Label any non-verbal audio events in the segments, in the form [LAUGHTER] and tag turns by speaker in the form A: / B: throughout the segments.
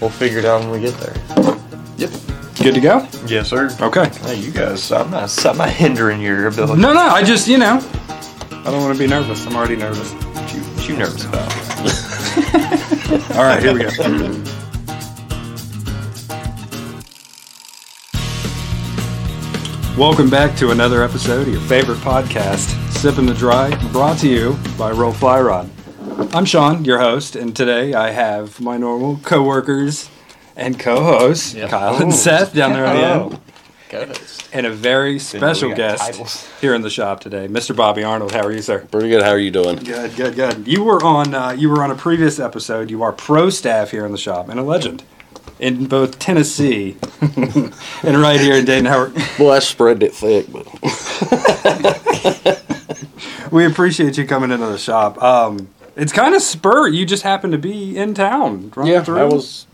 A: We'll figure it out when we get there.
B: Yep. Good to go?
A: Yes, sir.
B: Okay.
A: Hey, you guys, I'm not, I'm not hindering your ability.
B: No, no, I just, you know, I don't want to be nervous. I'm already nervous.
A: What you, what you nervous about?
B: All right, here we [LAUGHS] go. Welcome back to another episode of your favorite podcast, Sipping the Dry, brought to you by Roll Fly Rod. I'm Sean, your host, and today I have my normal coworkers and co-hosts, Kyle and Seth, down there on the end,
A: Ghost.
B: and a very special
A: got
B: guest
A: titles. [LAUGHS]
B: here in the shop today, Mr. Bobby Arnold. How are you, sir?
C: Pretty good. How are you doing?
B: Good, good, good. You were on. Uh, you were on a previous episode. You are pro staff here in the shop and a legend in both Tennessee [LAUGHS] and right here in Dayton. Howard.
C: Well, I spread it thick, but
B: We appreciate you coming into the shop. Um, it's kind of spur. You just happened to be in town. running through.
C: I was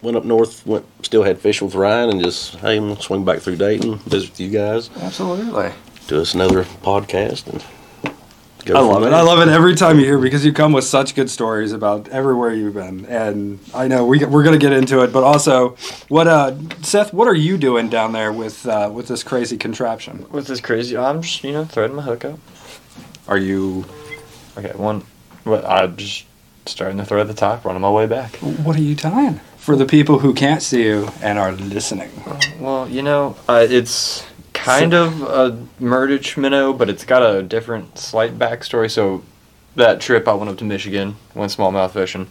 C: went up north. Went still had fish with Ryan, and just hey, I'm gonna swing back through Dayton, visit with you guys,
B: absolutely.
C: do us another podcast, and go
B: I
C: from
B: love it.
C: there.
B: I love it every time you're here because you come with such good stories about everywhere you've been. And I know we, we're going to get into it, but also, what uh, Seth, what are you doing down there with uh, with this crazy contraption?
A: With this crazy, I'm just, you know, threading my hook up.
B: Are you?
A: Okay, one. Well, I'm just starting to thread the top, running my way back.
B: What are you tying? For the people who can't see you and are listening,
A: Well, you know, uh, it's kind of a murdage minnow, but it's got a different, slight backstory. So, that trip I went up to Michigan, went smallmouth fishing.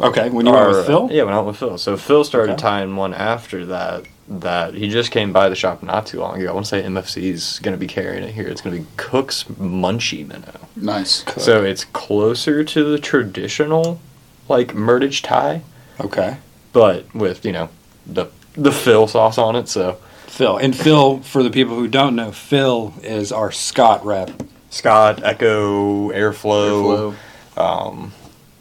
B: okay. When you are
A: Or,
B: with
A: uh,
B: Phil,
A: Yeah, when I went with Phil. So Phil started
B: Okay.
A: tying one after that. That he just came by the shop not too long ago. I want to say MFC's going to be carrying it here. It's going to be Cook's Munchie Minnow.
D: Nice.
A: So it's closer to the traditional, like murdage tie,
B: okay.
A: but with you know the the Phil sauce on it. So
B: Phil and Phil. For the people who don't know, Phil is our Scott rep.
A: Scott Echo Airflow. Um,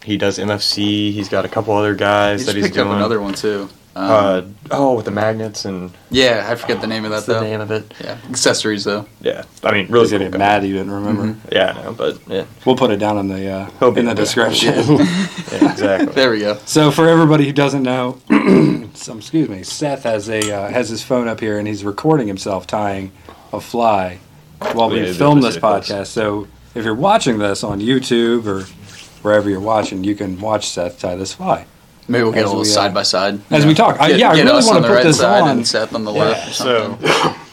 A: he does MFC. He's got a couple other guys
D: He
A: that
D: just
A: he's
D: picked
A: doing.
D: up another one too. Um,
A: uh, oh, with the magnets and
D: yeah, I forget the name of that
A: what's the
D: though.
A: name of it?
D: Yeah, accessories though.
A: Yeah, I mean, really
B: He's gonna
A: cool guy.
B: get mad you didn't remember.
A: Yeah, I know, but yeah,
B: We'll put it down in the uh,
A: He'll be
B: in the
A: okay.
B: description. [LAUGHS]
A: [LAUGHS] yeah exactly.
D: There we go.
B: so for everybody who doesn't know, [CLEARS THROAT] some, excuse me, Seth has a uh, has his phone up here and he's recording himself tying a fly while we
A: Yeah,
B: film
A: that's
B: this podcast.
A: ridiculous.
B: So if you're watching this on YouTube or wherever you're watching, you can watch Seth tie this fly
D: Maybe we'll get
B: As
D: a little
B: we, uh,
D: side by side.
B: as we talk. I,
D: Get-
B: yeah, I
D: get
B: really
D: us
B: want
D: on
B: to
D: the
B: put
D: right
B: this
D: side
B: on.
D: and Seth on the left. Or
A: so
D: something.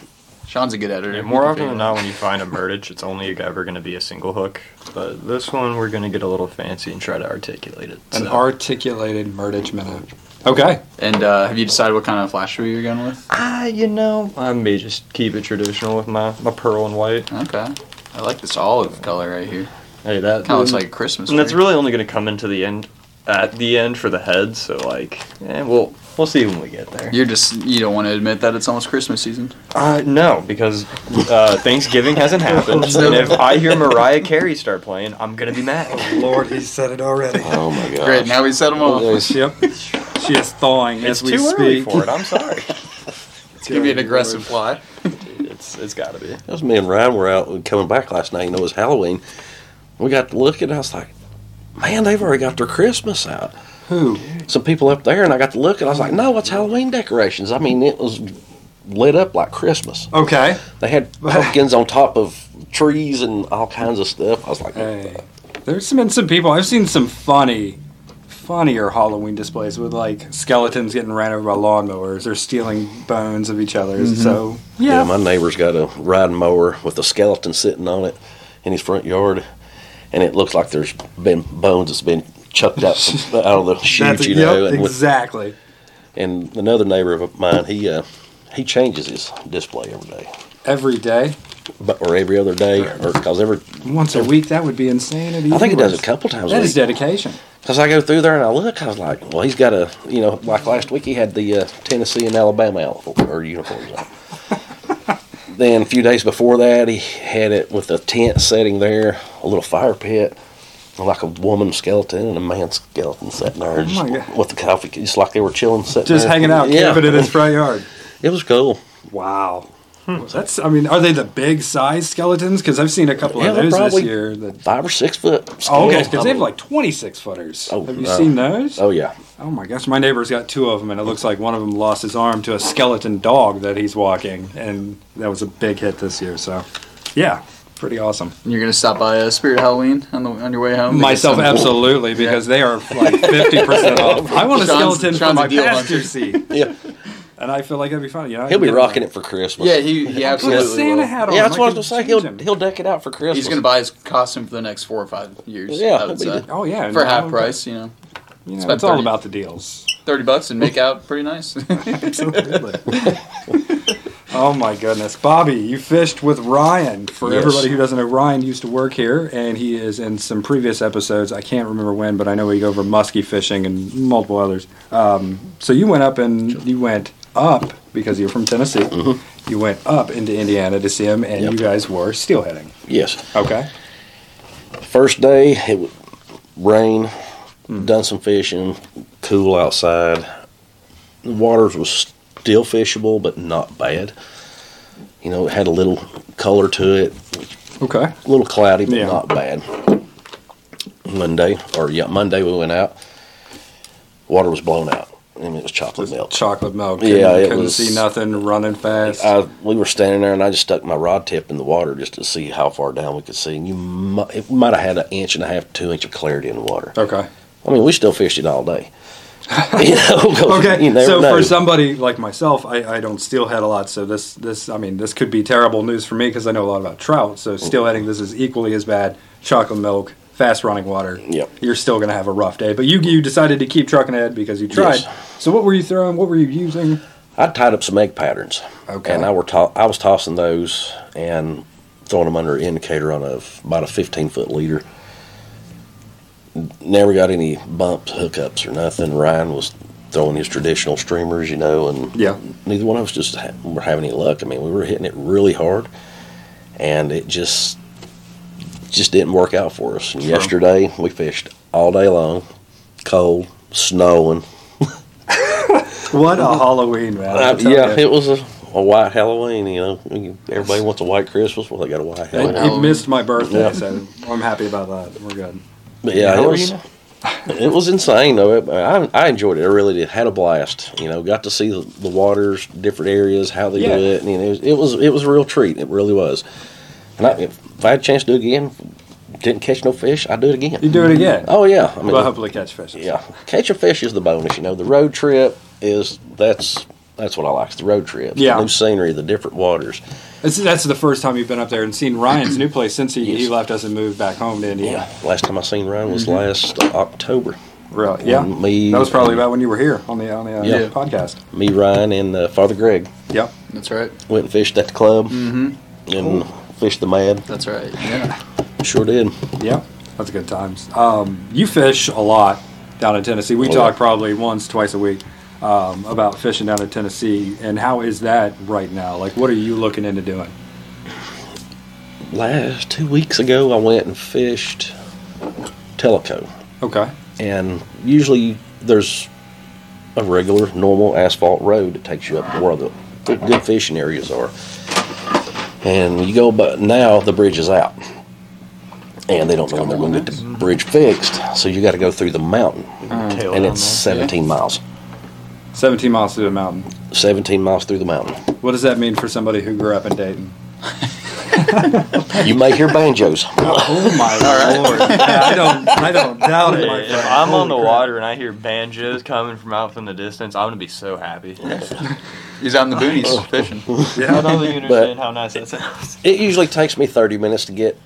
D: Sean's a good editor.
A: yeah,
D: He
A: more
D: can
A: often
D: figure
A: than
D: it out.
A: not, when you find a murdage, it's only ever going to be a single hook. But this one, we're going to get a little fancy and try to articulate it.
B: An
A: so.
B: articulated murdage minnow. Okay.
D: And uh, have you decided what kind of flasher you're going with?
A: Ah, you know, I may just keep it traditional with my my pearl and white.
D: Okay. I like this olive color right here.
A: Hey, that
D: Kind of looks like a Christmas.
A: And that's
D: tree.
A: really only going to come into the end at the end for the head. So like, eh, we'll we'll see when we get there.
D: You're just you don't want to admit that it's almost Christmas season.
A: Uh, no, because uh, Thanksgiving hasn't happened. and if I hear Mariah Carey start playing, I'm gonna be mad.
B: Lord, he said it already.
C: Oh my god!
D: Great. Now we set them off.
C: Yes.
D: [LAUGHS]
B: yep. She is thawing
A: It's
B: as we
A: too
B: speak.
A: early for it. I'm sorry.
D: It's gonna be an aggressive fly.
A: It's it's gotta be.
C: That was me and Ryan were out and coming back last night, and it was Halloween. We got to look, and I was like, "Man, they've already got their Christmas out."
B: Who?
C: Some people up there, and I got to look, and I was like, "No, it's Halloween decorations." I mean, it was lit up like Christmas.
B: Okay. [LAUGHS]
C: They had pumpkins on top of trees and all kinds of stuff. I was like,
B: Hey, there's been some people I've seen some funny, funnier Halloween displays with like skeletons getting ran over by lawnmowers or stealing bones of each other's. So
C: Mm-hmm. Yeah,
B: yeah,
C: my neighbor's got a riding mower with a skeleton sitting on it in his front yard, and it looks like there's been bones that's been chucked out,
B: [LAUGHS]
C: from, out of the chute,
B: that's
C: you know.
B: yep,
C: and, with,
B: exactly.
C: and another neighbor of mine, he uh, he changes his display every day,
B: Every day,
C: but or every other day, or because every
B: once a week, that would be insane.
C: I think he does it a couple times a
B: That is
C: week.
B: dedication.
C: Because I go through there and I look, I was like, well, he's got a you know, like last week he had the uh, Tennessee and Alabama outfit or uniforms on.
B: [LAUGHS]
C: then a few days before that, he had it with a tent setting there, a little fire pit, like a woman skeleton and a man skeleton sitting there, just
B: Oh my God.
C: with the coffee, just like they were chilling, sitting
B: Just
C: there.
B: hanging out,
C: Yeah,
B: camping in his front
C: [LAUGHS]
B: yard.
C: it was cool.
B: Wow. That's. I mean, are they the big size skeletons? Because I've seen a couple
C: Yeah,
B: of
C: they're
B: those
C: probably-
B: this year. That,
C: Five or six foot.
B: oh, okay,
C: scale.
B: because they have like twenty six footers.
C: Oh,
B: have you
C: no.
B: seen those?
C: Oh yeah,
B: Oh my gosh, my neighbor's got two of them, and it looks like one of them lost his arm to a skeleton dog that he's walking, and that was a big hit this year. So, yeah, pretty awesome.
D: And you're gonna stop by uh, Spirit Halloween on the on your way home. to get
B: Myself,
D: some-
B: absolutely, because they are like fifty percent
C: [LAUGHS]
B: off. I want a
D: Sean's-
B: skeleton for
D: Sean's a
B: my
D: deal
B: pasture
D: hunter.
B: seat, [LAUGHS]
C: Yeah,
B: and I feel like that'd be fun. You know, I
C: he'll
B: can
C: be
B: get
C: rocking
B: one.
C: it for Christmas.
D: Yeah, he, he
B: Put a
D: absolutely.
B: Santa
D: will.
B: hat on.
C: yeah, that's
B: I
C: what I was
B: could
C: gonna say.
B: change
C: He'll
B: him.
C: he'll deck it out for Christmas.
D: He's gonna buy his costume for the next four or five years.
C: Yeah,
D: I
C: he'll
D: would
C: be
D: say.
C: the-
B: Oh yeah,
D: for
B: no,
D: half price, you know,
B: You know,
D: Spend
B: it's all
D: 30.
B: about the deals.
D: thirty bucks and make out pretty nice. [LAUGHS]
B: Absolutely. [LAUGHS] oh my goodness, Bobby, you fished with Ryan. For
C: Yes.
B: everybody who doesn't know, Ryan used to work here, and he is in some previous episodes. I can't remember when, but I know we go over muskie fishing and multiple others. Um, so you went up and you went up because you're from Tennessee. You went up into Indiana to see him, and
C: Mm-hmm. Yep.
B: you guys were steelheading.
C: yes.
B: Okay.
C: First day, it would rain, done some fishing, cool outside. The waters was still fishable, but not bad. You know, it had a little color to it,
B: Okay.
C: a little cloudy, but
B: Yeah.
C: not bad. Monday, or yeah, Monday we went out. Water was blown out, and it was chocolate milk.
B: Chocolate milk.
C: Yeah,
B: Couldn't,
C: it
B: couldn't
C: was-
B: see nothing. Running fast.
C: I, we were standing there, and I just stuck my rod tip in the water just to see how far down we could see. And you, mi- it might have had an inch and a half, two inch of clarity in the water.
B: okay.
C: I mean, we still fished it all day. [LAUGHS] you know, 'cause
B: Okay,
C: you never
B: so
C: know.
B: for somebody like myself, I, I don't steelhead a lot, so this this I mean this could be terrible news for me because I know a lot about trout. So
C: Mm-hmm.
B: steelheading, this is equally as bad. Chocolate milk, fast running water.
C: Yep.
B: you're still gonna have a rough day. But you you decided to keep trucking ahead because you tried.
C: Yes.
B: So what were you throwing? What were you using?
C: I tied up some egg patterns.
B: Okay.
C: And I were to- I was tossing those and throwing them under an indicator on a about a 15 foot leader. Never got any bumps, hookups, or nothing. Ryan was throwing his traditional streamers, you know, and
B: Yeah.
C: neither one of us just ha- were having any luck. I mean, we were hitting it really hard, and it just just didn't work out for us. And yesterday we fished all day long, cold, snowing,
B: What a Halloween, man!
C: Uh,
B: I'm telling
C: yeah,
B: you.
C: it was a, a white Halloween. You know, You- everybody wants a white Christmas. Well, they got a white
B: It-
C: Halloween.
B: it, missed my birthday,
C: Yeah.
B: so I'm happy about that. We're good.
C: But
B: How
C: yeah, it
B: old are
C: was.
B: you
C: It was insane though. It- I, I enjoyed it. I really did. Had a blast. You know, got to see the, the waters, different areas, how they
B: Yeah.
C: do it. And, you know, it was, it was it was a real treat. It really was. And I, if I had a chance to do it again, didn't catch no fish, I'd do it again.
B: You do it again.
C: Oh yeah. I mean,
B: well, hopefully catch fish.
C: yeah. Catch a fish is the bonus. You know, the road trip is that's that's what I like. It's the road trip.
B: Yeah.
C: The new scenery, the different waters.
B: That's, that's the first time you've been up there and seen Ryan's new place since he, he
C: Yes.
B: left us and moved back home to Indiana.
C: Yeah, last time I seen Ryan was
B: Mm-hmm.
C: last October.
B: Really? Yeah.
C: When me-
B: that was probably about when you were here on the on the uh,
D: Yeah.
B: podcast.
C: Me, Ryan, and uh, Father Greg
B: Yep.
D: That's right.
C: went and fished at the club and fished the Mad.
D: That's right. Yeah.
C: Sure did.
B: Yep. That's good times. Um, you fish a lot down in Tennessee. We
C: Oh,
B: talk
C: yeah.
B: probably once twice a week um, about fishing down in Tennessee and how is that right now? Like, what are you looking into doing?
C: Last two weeks ago, I went and fished Teleco,
B: Okay.
C: and usually there's a regular, normal asphalt road that takes you up to where the good fishing areas are. And you go, but now the bridge is out, and they don't know when they're going to get the bridge fixed, so you got to go through the mountain, and it's 17 miles.
B: 17 miles through the mountain.
C: 17 miles through the mountain.
B: What does that mean for somebody who grew up in Dayton?
C: You may hear banjos.
B: Oh [LAUGHS] my lord! Yeah, I don't, I don't doubt it. My friend.
A: If I'm on the
B: Holy crap.
A: water and I hear banjos coming from out in the distance, I'm gonna be so happy.
D: [LAUGHS] He's out in the
B: Oh. [LAUGHS]
D: boonies fishing.
A: I
B: yeah.
A: don't think you understand how nice that sounds.
C: It usually takes me 30 minutes to get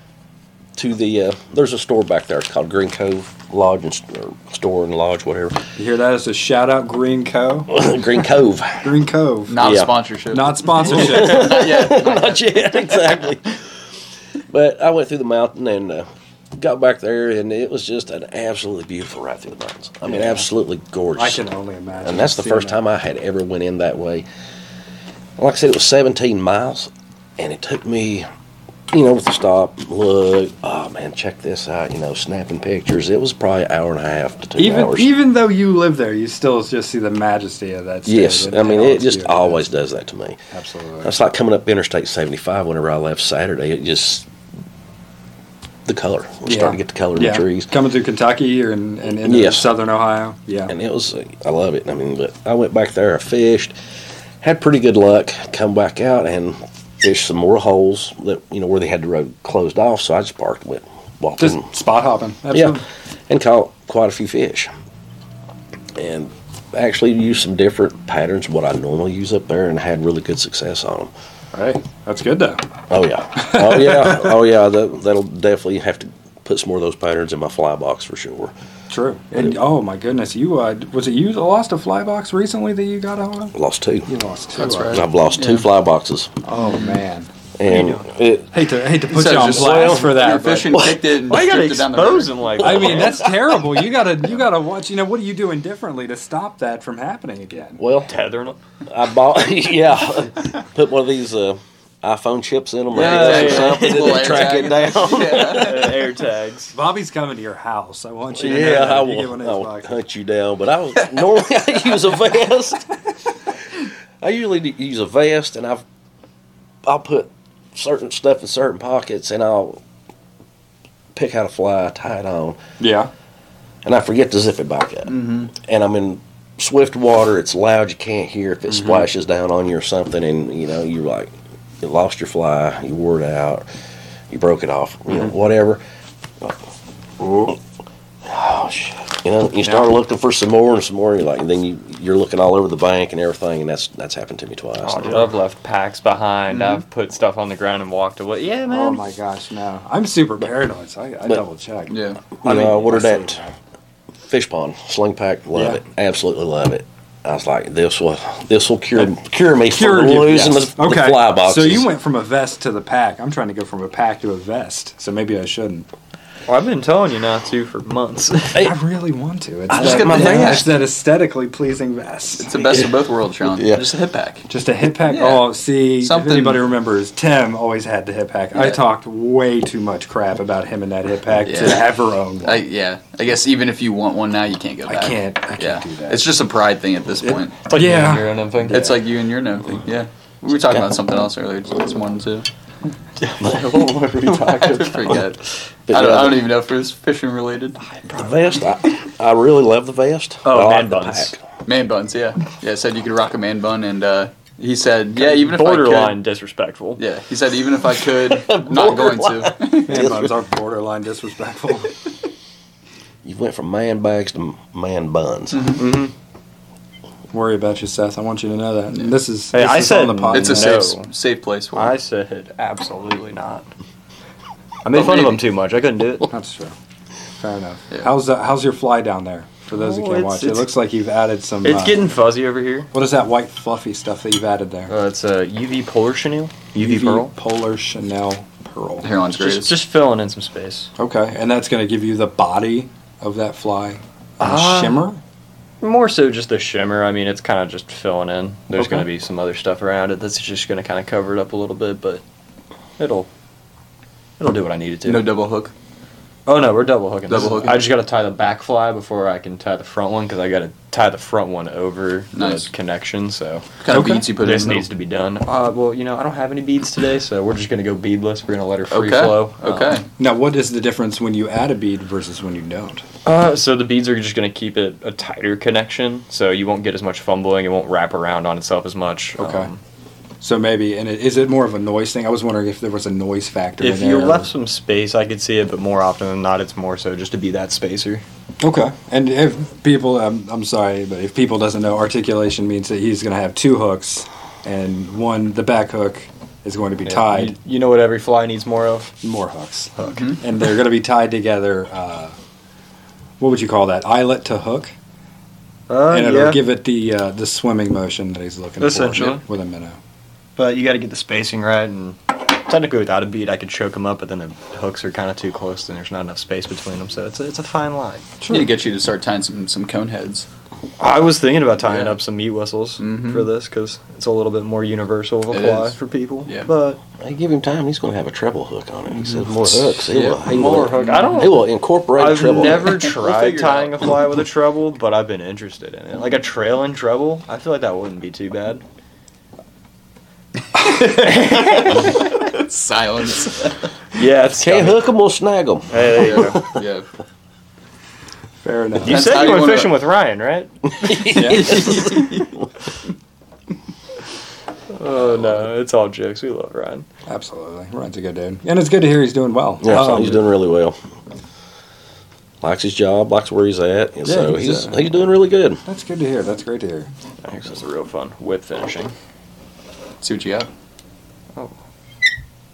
C: to the. Uh, there's a store back there. It's called Green Cove Lodge and st- or store and lodge, whatever. [COUGHS]
B: You hear that? It's a shout out, Green Co.
C: Green Cove. [LAUGHS]
B: Green Cove.
D: Not
C: Yeah.
D: sponsorship.
B: Not sponsorship. [LAUGHS]
D: Not yet.
C: Not yet, [LAUGHS] exactly. But I went through the mountain and uh, got back there, and it was just an absolutely beautiful ride through the mountains. I mean,
B: Yeah.
C: absolutely gorgeous.
B: I can only imagine.
C: and that's the
B: seeing
C: first
B: that.
C: time I had ever went in that way. Like I said, it was 17 miles, and it took me, you know, with the stop, look, oh man, check this out, you know, snapping pictures. It was probably an hour and a half to two
B: Even
C: hours.
B: even though you live there, you still just see the majesty of that. state
C: yes,
B: and
C: I mean,
B: how
C: it
B: it's
C: just
B: beautiful.
C: always does that to me.
B: absolutely.
C: That's like coming up Interstate 75 whenever I left Saturday. It just the color. We started to get the color in
B: yeah.
C: the trees.
B: Coming through Kentucky or in, and into
C: Yes.
B: southern Ohio. Yeah.
C: and it was I love it. I mean, but I went back there, I fished, had pretty good luck. Come back out and fished some more holes that you know where they had the road closed off. So I just parked, went walked
B: Just
C: in,
B: spot hopping. Absolutely.
C: yeah, and caught quite a few fish, and actually used some different patterns of what I normally use up there, and had really good success on them.
B: Hey, that's good though.
C: Oh
B: [LAUGHS]
C: yeah, oh yeah, oh yeah. That, that'll definitely have to put some more of those patterns in my fly box for sure.
B: True. And oh my goodness, you uh, was it you that lost a fly box recently that you got a hold of?
C: Lost two.
B: You lost two.
D: That's
B: uh,
D: right.
C: I've lost two
D: Yeah.
C: fly boxes,
B: Oh man.
C: and it,
B: Hate to hate to put
D: Instead
B: you
D: of
B: on
D: just
B: blast
D: like,
B: for
D: Your
B: that. but-
D: fishing kicked it and
A: Why you gotta
D: stripped it down the river.
A: expose him like
B: I
A: that?
B: mean, [LAUGHS] that's terrible. You gotta you gotta watch. You know, what are you doing differently to stop that from happening again?
C: well,
A: [LAUGHS] tethering him.
C: I bought, [LAUGHS] yeah, put one of these uh, iPhone chips in them
D: Yeah,
C: or
D: yeah, yeah.
C: something and
D: Little
C: they track
D: air
C: it
B: [LAUGHS]
C: down. [LAUGHS]
D: Yeah.
A: Uh, air tags.
B: Bobby's coming to your house. I want you. To know
C: Yeah,
B: that.
C: I
B: You get one of
C: will, I
B: those
C: will
B: boxes.
C: hunt you down, but I was,
B: [LAUGHS]
C: normally I use a vest. I usually do- use a vest, and I've I'll put certain stuff in certain pockets, and I'll pick out a fly, tie it on,
B: Yeah.
C: and I forget to zip it back up. Mm-hmm. And I'm in swift water; it's loud, you can't hear if it splashes down on you or something. And you know, you're like, you lost your fly, you wore it out, you broke it off, you know, whatever. Oh shit! You know, you start looking for some more and some more. And you're like, and then you you're looking all over the bank and everything, and that's that's happened to me twice.
A: Oh, dude, I've left packs behind. I've put stuff on the ground and walked away. Yeah, man.
B: Oh my gosh, no! I'm super paranoid. So I, I
C: But-
B: double check.
D: [LAUGHS] Yeah.
C: You
B: I
C: know,
B: mean,
C: I ordered
B: I see.
C: that fish pond sling pack. Love
B: Yeah.
C: it, absolutely love it. I was like, this will this will cure cure me
B: Cured
C: for
B: you,
C: losing
B: yes.
C: the, the fly boxes.
B: So you went from a vest to the pack. I'm trying to go from a pack to a vest. So maybe I shouldn't.
A: Well, I've been telling you not to for [LAUGHS] months.
C: Hey.
B: I really want to. It's
C: I
B: that,
D: just got my
B: yeah,
D: vest.
B: it's that aesthetically pleasing vest.
D: It's the best of both worlds, Sean.
C: Yeah.
D: Just a hip pack.
B: Just a hip pack.
D: Yeah.
B: Oh, see,
D: Something-
B: if anybody remembers, Tim always had the hip pack. I
D: Yeah.
B: talked way too much crap about him and that hip pack to
D: Yeah.
B: ever own one.
D: I, yeah. I guess even if you want one now, you can't go
B: I
D: back.
B: can't- I can't
D: yeah.
B: do that.
D: It's just a pride thing at this point.
A: It's like
B: Yeah.
A: you're in a thing.
D: It's like you and your no thing. Yeah. We were talking about something else earlier. Just this one [LAUGHS] too.
C: what were we
D: I
C: talking
D: forget. uh, I don't,
C: But yeah,
D: I don't
C: the-
D: even know if it was fishing related.
C: The vest, I, I really love the vest.
A: Oh,
C: but I
A: man
C: like the
A: buns.
C: pack.
D: Man buns, yeah. Yeah, said you could rock a man bun, and uh, he said, yeah, even if I
A: borderline
D: could.
A: disrespectful.
D: Yeah, he said, even if I [LAUGHS] could, not going to.
B: Man buns are borderline disrespectful. [LAUGHS]
C: You went from man bags to man buns.
B: Mm-hmm. Worry about you, Seth. I want you to know that. And this is
A: Hey,
B: this
A: I
B: is
A: said
B: on the podcast.
D: It's a
A: No.
D: safe, safe place for
A: I
D: him.
A: said absolutely not. I made fun of
D: maybe.
A: him too much. I couldn't do it.
B: That's true. Fair enough.
D: Yeah.
B: How's uh, how's your fly down there? For those
A: Oh,
B: that can't
A: it's-
B: watch, it
A: it's-
B: looks like you've added some.
A: It's
B: uh,
A: getting fuzzy over here.
B: What is that white fluffy stuff that you've added there?
A: Uh, it's a UV polar chenille, UV, pearl.
B: Polar Chanel Pearl.
D: Heron's
A: Just,
D: greatest.
A: just filling in some space.
B: Okay, and that's going to give you the body of that fly and the
A: Ah.
B: shimmer.
A: More so just the shimmer. I mean, it's kind of just filling in. There's
B: Okay.
A: going to be some other stuff around it that's just going to kind of cover it up a little bit, but it'll it'll do what I need it to.
D: no double hook.
A: oh no, we're double hooking.
D: Double hooking.
A: I just got to tie the back fly before I can tie the front one because I got to tie the front one over
D: Nice.
A: the connection. So
D: What
B: Okay.
D: kind of beads you put in.
A: this
D: the middle?
A: needs to be done. Uh, well, you know, I don't have any beads today, so we're just gonna go beadless. We're gonna let her free
D: okay.
A: flow. Um,
D: Okay.
B: Now, what is the difference when you add a bead versus when you don't?
A: uh, so the beads are just gonna keep it a tighter connection, so you won't get as much fumbling. It won't wrap around on itself as much.
B: Okay.
A: Um,
B: So maybe, and it, is it more of a noise thing? I was wondering if there was a noise factor.
A: if
B: in
A: you
B: there.
A: left some space, I could see it, but more often than not, it's more so just to be that spacer.
B: Okay, and if people, um, I'm sorry, but if people doesn't know, articulation means that he's going to have two hooks, and one the back hook is going to be tied,
A: You, you know what every fly needs more of?
B: more hooks,
A: Mm-hmm.
B: and they're going to be tied together. Uh, what would you call that? Eyelet to hook,
A: Uh,
B: and it'll give it the uh, the swimming motion that he's looking
A: Essentially.
B: for with a minnow.
A: but you got to get the spacing right, and technically without a bead, I could choke them up, but then the hooks are kind of too close, and there's not enough space between them, so it's a, it's a fine line.
D: Need to get you to start tying some, some cone heads.
A: I was thinking about tying
D: Yeah.
A: up some meat whistles
D: Mhm.
A: for this because it's a little bit more universal of a
D: It
A: fly
D: is.
A: for people.
D: Yeah.
A: But
C: I give him time; he's going to have a treble hook on it. He said more
B: Mm-hmm.
C: hooks. He
D: Yeah,
C: will, he
A: more
C: will,
A: hook. I don't-
C: He will incorporate a
A: I've
C: treble. [LAUGHS]
A: never
C: hook.
A: tried
D: figure it
A: tying a
D: out.
A: fly with a treble, but I've been interested in it. Like a trail and treble, I feel like that wouldn't be too bad.
D: [LAUGHS] Silence.
A: Yeah, it's
C: Can't
A: coming.
C: hook them, we'll snag them.
A: Hey, there you go.
D: yeah.
B: Fair
A: [LAUGHS]
B: enough.
A: You
D: That's how
A: said you
D: you
A: went
D: wanna-
A: fishing with Ryan, right? [LAUGHS] Oh no, it's all jokes. We love Ryan.
B: Absolutely. Ryan's a good dude. And it's good to hear he's doing well.
C: Yeah, so
B: Um,
C: he's doing really well. Likes his job, likes where he's at, and
B: Yeah,
C: so
B: he's,
C: he's
B: uh,
C: he's doing really good.
B: That's good to hear. That's great to hear.
A: This is real fun. Whip finishing.
D: See what you got.
A: I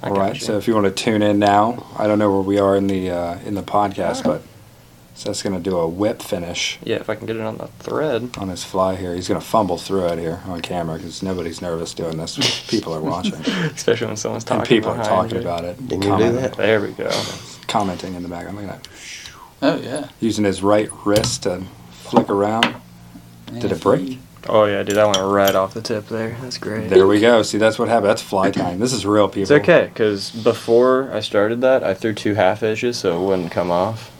B: All right.
A: gotcha.
B: So if you want to tune in now, I don't know where we are in the uh, in the podcast, but Seth's going to do a whip finish
A: Yeah, if I can get it on the thread.
B: on his fly here. He's going to fumble through it here on camera because nobody's nervous doing
A: [LAUGHS]
B: this. People are watching,
A: [LAUGHS] Especially when someone's talking
B: and people are
A: behind
B: talking
A: you.
B: about it.
C: Didn't you do
B: comment-
C: that?
A: There we go.
B: Commenting in the background. Look at that.
D: Oh yeah.
B: Using his right wrist to flick around. Did it break?
A: Oh yeah, dude, I went right off the tip there. That's great.
B: There we go. See, that's what happened. That's fly time. This is real, people.
A: It's okay, because before I started that, I threw two half edges so it wouldn't come off.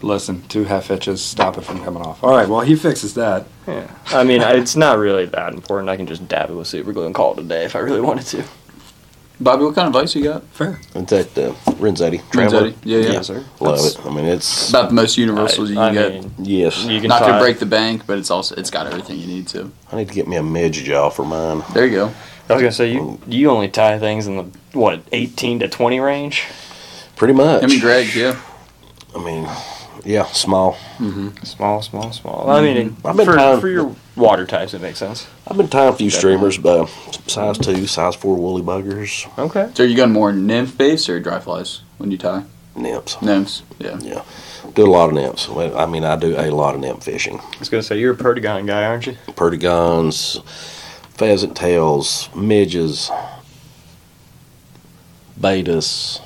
B: Listen, two half hitches stop it from coming off. All right, well, he fixes that.
A: Yeah. I mean, I- it's not really that important. I can just dab it with super glue and call it a day if I really wanted to.
D: Bobby, what kind of advice you got?
B: Fair.
C: It's at uh, Renzetti. Traveler.
D: Renzetti, yeah, yeah.
A: Yes, sir.
C: Love it. I mean, it's
D: About the most universal you
A: I,
D: can
A: I
D: get.
A: mean,
C: yes.
A: you can
D: Not
A: try
D: to
A: it.
D: break the bank, but it's also it's got everything you need to.
C: I need to get me a midge jaw for mine.
D: There you go.
A: I was gonna say you you only tie things in the what eighteen to twenty range.
C: Pretty much.
D: I mean, Greg, yeah.
C: I mean, yeah, small.
A: Small, small, small. I mean,
C: I've been
A: for,
C: tying-
A: for your water types, it makes sense.
C: I've been tying a few streamers, but uh, size two, size four woolly buggers,
A: Okay.
D: So are you going more nymph based or dry flies when you tie?
C: nymphs.
D: Nymphs, yeah.
C: Yeah, do a lot of nymphs. Well, I mean, I do a lot of nymph fishing.
A: I was gonna say you're a Pertagon guy, aren't you?
C: Perdigons, pheasant tails, midges, betas.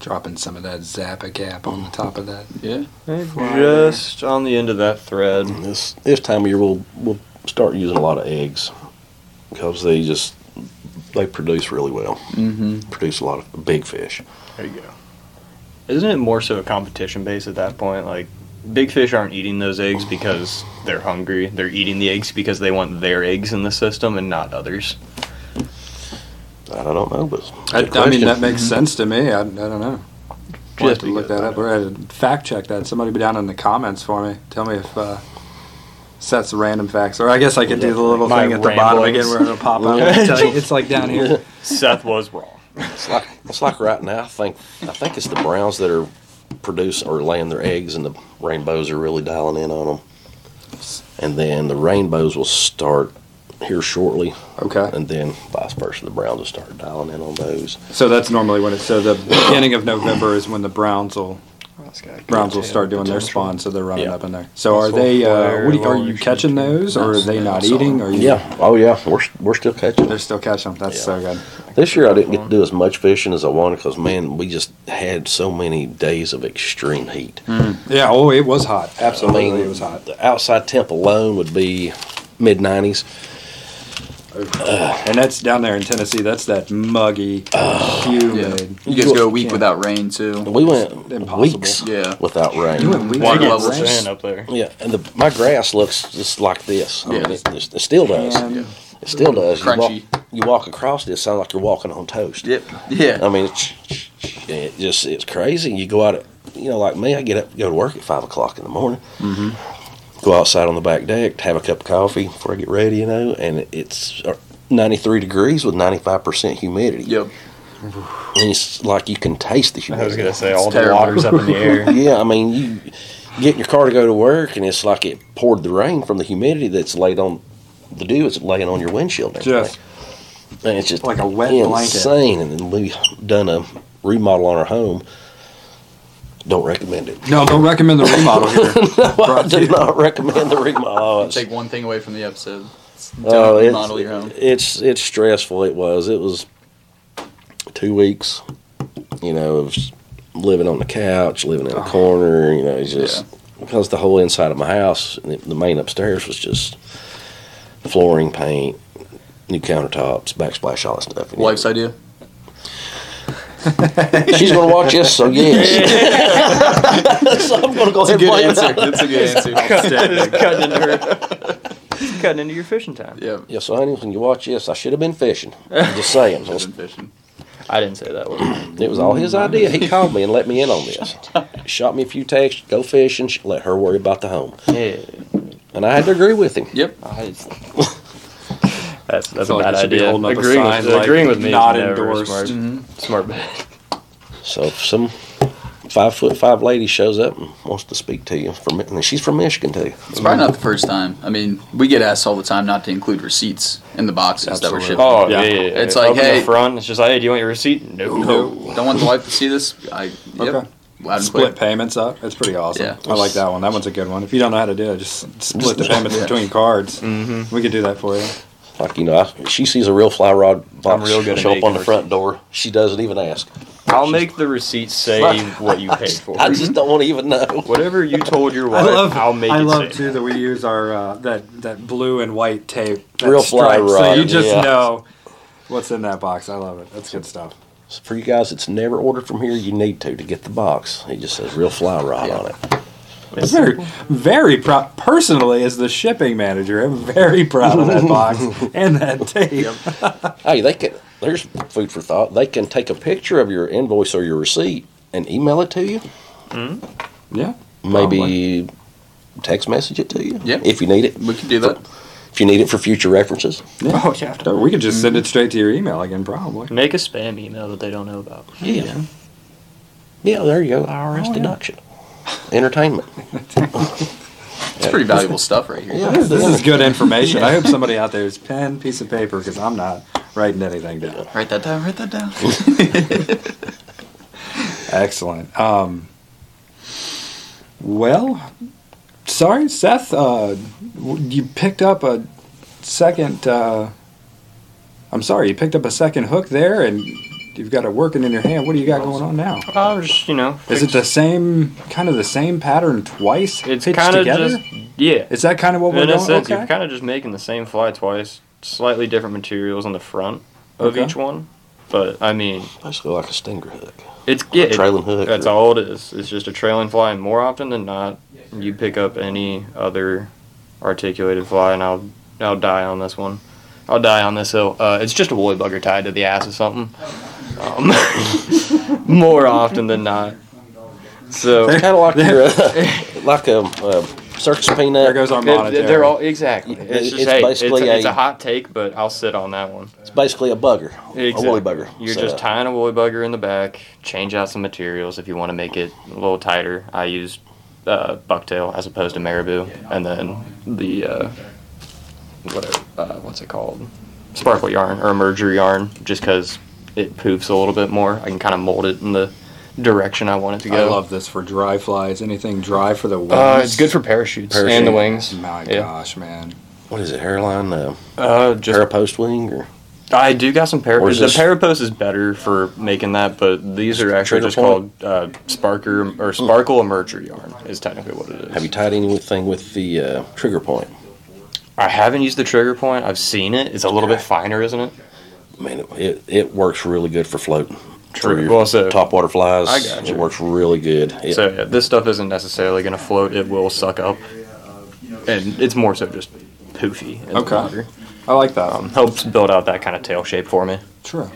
B: Dropping some of that Zappa cap on the top of that.
D: Yeah.
A: Just on the end of that thread.
C: This this time of year, we'll we'll start using a lot of eggs because they just they produce really well.
D: Mm-hmm.
C: Produce a lot of big fish.
A: There you go. Isn't it more so a competition base at that point? Like, big fish aren't eating those eggs because they're hungry. They're eating the eggs because they want their eggs in the system and not others.
C: I don't know, but it's a
B: I, I
C: good
B: mean,
C: question.
B: that makes sense to me. I, I don't know. We'll have
A: Just
B: to look that up. We're going to fact check that. Somebody be down in the comments for me. Tell me if uh, Seth's random facts. Or I guess I could do the little
A: My
B: thing at the bottom
A: ramblings.
B: again where it'll pop
A: [LAUGHS]
B: up. and tell you. It's like down here.
A: Seth was wrong. [LAUGHS]
C: It's like it's like right now. I think I think it's the Browns that are producing or laying their eggs, and the rainbows are really dialing in on them. And then the rainbows will start here shortly,
B: [LAUGHS] Okay.
C: and then vice versa. The Browns will start dialing in on those.
B: So that's normally when it's. So the beginning of November is when the Browns will Browns will start doing [LAUGHS] their spawn, so they're running
C: Yeah.
B: up in there. So are
A: That's
B: they?
A: what
B: Uh,
A: flare
B: what do you, are you
A: rollers
B: catching those, or are they not
D: that's all.
B: eating? Or you,
C: Yeah. Oh yeah. We're we're still catching.
B: they're still catching them. That's
C: Yeah.
B: so good.
C: This year I didn't get to do as much fishing as I wanted because man, we just had so many days of extreme heat.
D: Mm.
B: Yeah. Oh, it was hot. Absolutely,
C: I mean,
B: it was hot.
C: The outside temp alone would be mid nineties.
B: And that's down there in Tennessee. That's that muggy, humid.
D: You guys go a week
B: Can't-
D: without rain too.
C: We went
B: Impossible.
C: weeks
D: Yeah.
C: without rain.
B: You went weeks
A: Water
B: without
A: levels
B: rain.
A: in up there.
C: Yeah, and the, my grass looks just like this. I mean,
D: Yeah.
C: it, it, still does.
B: And-
C: It still does. You
D: Crunchy.
C: walk, you walk across this, sounds like you're walking on toast.
D: Yep. Yeah.
C: I mean, it's, it just it's crazy. You go out, at, you know, like me, I get up, go to work at five o'clock in the morning. Mm-hmm. Go outside on the back deck, have a cup of coffee before I get ready, you know, and it's uh, 93 degrees with 95% humidity.
D: Yep.
C: And it's like you can taste the humidity.
A: I was gonna say all
D: It's
A: the
D: terrible.
A: water's up in the [LAUGHS]
B: [LAUGHS]
A: air.
C: Yeah, I mean, you get in your car to go to work, and it's like it poured the rain from the humidity that's laid on the dew is laying on your windshield. And
B: Just
C: everything. and it's just
B: like a wet blanket.
C: insane. And then we done a remodel on our home. Don't recommend it. [LAUGHS]
B: no, don't recommend the
A: [LAUGHS]
B: remodel here.
C: I do not recommend the remodel. It's-
D: [LAUGHS] Take one thing away from the episode. Don't
C: oh, it's-
D: remodel your home.
C: It's it's stressful. It was. It was two weeks. You know, of s- living on the couch, living in a corner. You know, it's just because the whole inside of my house, and it- the main upstairs was just flooring, paint, new countertops, backsplash, all that stuff. And
D: Wife's idea.
C: She's gonna watch this, so yes. [LAUGHS] so I'm gonna go
D: That's
C: ahead
D: a
C: and
D: good
C: play it
D: answer.
C: out.
D: That's a good [LAUGHS] answer.
A: Just cutting into her. just cutting into your fishing time.
D: Yep.
C: Yes, honey, when you watch this, I should have been fishing. I'm just saying.
D: I've been fishing.
A: I didn't say that
B: [LAUGHS]
A: one.
C: It was all his idea. He called me and let me in on this. Shot me a few texts, go fishing, sh- let her worry about the home.
A: yeah,
C: And I had to agree with him.
D: Yep.
A: I just- [LAUGHS] that's that's
B: feel
A: a
B: like
A: bad
B: there should be a
A: idea.
B: whole nother
A: agreeing
B: sign,
A: with
B: like,
A: agreeing with me is
B: not
A: never a
B: endorsed.
A: Smart, smart bet.
C: So if some five foot five lady shows up and wants to speak to you from, and she's from Michigan too.
D: It's probably not the first time. I mean, we get asked all the time not to include receipts in the boxes that we're shipping.
A: Oh
B: Yeah.
A: yeah, yeah, yeah.
D: It's like,
A: Open
D: hey-
A: the front. It's just like, hey, do you want your receipt? No.
D: Don't want the wife to see this. I yep.
B: Oh. Okay.
D: Loud and
B: Split
D: clear.
B: payments up. That's pretty awesome.
D: Yeah.
B: I like that one. That one's a good one. If you don't know how to do it, just split the payments
D: Yeah.
B: between cards. Mm-hmm. We could do that for you.
C: Like you know, I, she sees a real fly rod box
A: I'm real good at
C: show up on the
A: making
C: front door. She doesn't even ask.
A: I'll make the receipt say what you paid
B: [LAUGHS]
A: for.
C: I just don't want to even know.
A: Whatever you told your wife, I'll make
B: I
A: it
B: love
A: say.
B: too that we use our uh, that that blue and white tape. that
C: Real fly
B: stripe, So
C: rod,
B: you just
C: yeah.
B: know what's in that box. I love it. That's good stuff.
C: For you guys that's never ordered from here, you need to to get the box. It just says real fly rod on it.
B: It's very, very proud. Personally, as the shipping manager, I'm very proud of that box and that tape.
C: Hey, they can. There's food for thought. They can take a picture of your invoice or your receipt and email it to you.
B: Yeah.
C: Maybe text message it to you.
D: Yeah.
C: If you need it.
D: We could do that.
C: If you need it for future references.
B: Oh, yeah. So we could just send it straight to your email again, probably.
A: Make a spam email that they don't know about.
C: Yeah. Yeah. There you go. IRS
B: yeah.
C: deduction. Entertainment.
D: It's pretty valuable stuff right here.
C: Yeah.
B: This, this is good information. I hope somebody out there is pen, piece of paper, because I'm not writing anything down.
D: Write that down. Write
B: [LAUGHS]
D: that down.
B: Excellent. Um, well, sorry, Seth. Uh, w- you picked up a second. Uh, I'm sorry, you picked up a second hook there, and you've got it working in your hand. What do you got going on now?
A: I was just, you know,
B: Is it the same kind of the same pattern twice?
A: It's
B: hitched
A: kind of
B: together?
A: just yeah.
B: Is that kind of what we're
A: in a
B: doing?
A: sense, you're
B: Okay.
A: kind of just making the same fly twice, slightly different materials on the front of
B: Okay.
A: each one. But I mean,
C: Basically like a stinger hook.
A: it's yeah, it-
C: trailing hook
A: That's
C: or-
A: all it is. It's just a trailing fly, and more often than not, you pick up any other articulated fly, and I'll I'll die on this one. I'll die on this hill. Uh, it's just a woolly bugger tied to the ass of something. Um, [LAUGHS] more often than not. So
C: Kind of like your, uh, like a uh, circus peanut.
B: there goes our
A: They're-
B: monetary.
A: They're all exactly.
C: It-
A: It's just
C: it's
A: hey,
C: basically
A: it's, a, it's
C: a-
A: a hot take, but I'll sit on that one.
C: It's basically a bugger. A woolly
A: Exact-
C: bugger.
A: You're
C: So, uh,
A: just tying a woolly bugger in the back. Change out some materials if you want to make it a little tighter. I used uh, bucktail as opposed to marabou, and then the uh, what uh, what's it called? Sparkle yarn or merger yarn, just because it poofs a little bit more. I can kind of mold it in the direction I want it to
B: I
A: go.
B: love this for dry flies. Anything dry for the wings?
A: Uh, it's good for parachutes and the wings.
B: My
A: Yeah.
B: gosh, man.
C: What is it? Hairline. Uh,
A: Uh, just
C: parapost wing or
A: I do got some
C: Or is
A: parapos. The
C: this-
A: parapost is better for making that, but these are actually
C: Trigger
A: just
C: point?
A: called uh, sparker or sparkle emerger yarn is technically what it is.
C: have you tied anything with the uh, trigger point?
A: I haven't used the trigger point. I've seen it. It's a little bit finer, isn't it?
C: Man, it, it, it works really good for floating.
A: True.
C: For your
A: Well, so-
C: top water flies.
A: I got you.
C: It works really good. It-
A: So yeah, this stuff isn't necessarily going to float. It will suck up, and it's more so just poofy. Um, in the
B: Okay.
A: water.
B: I like that.
A: Um, helps build out that kind of tail shape for me.
B: True.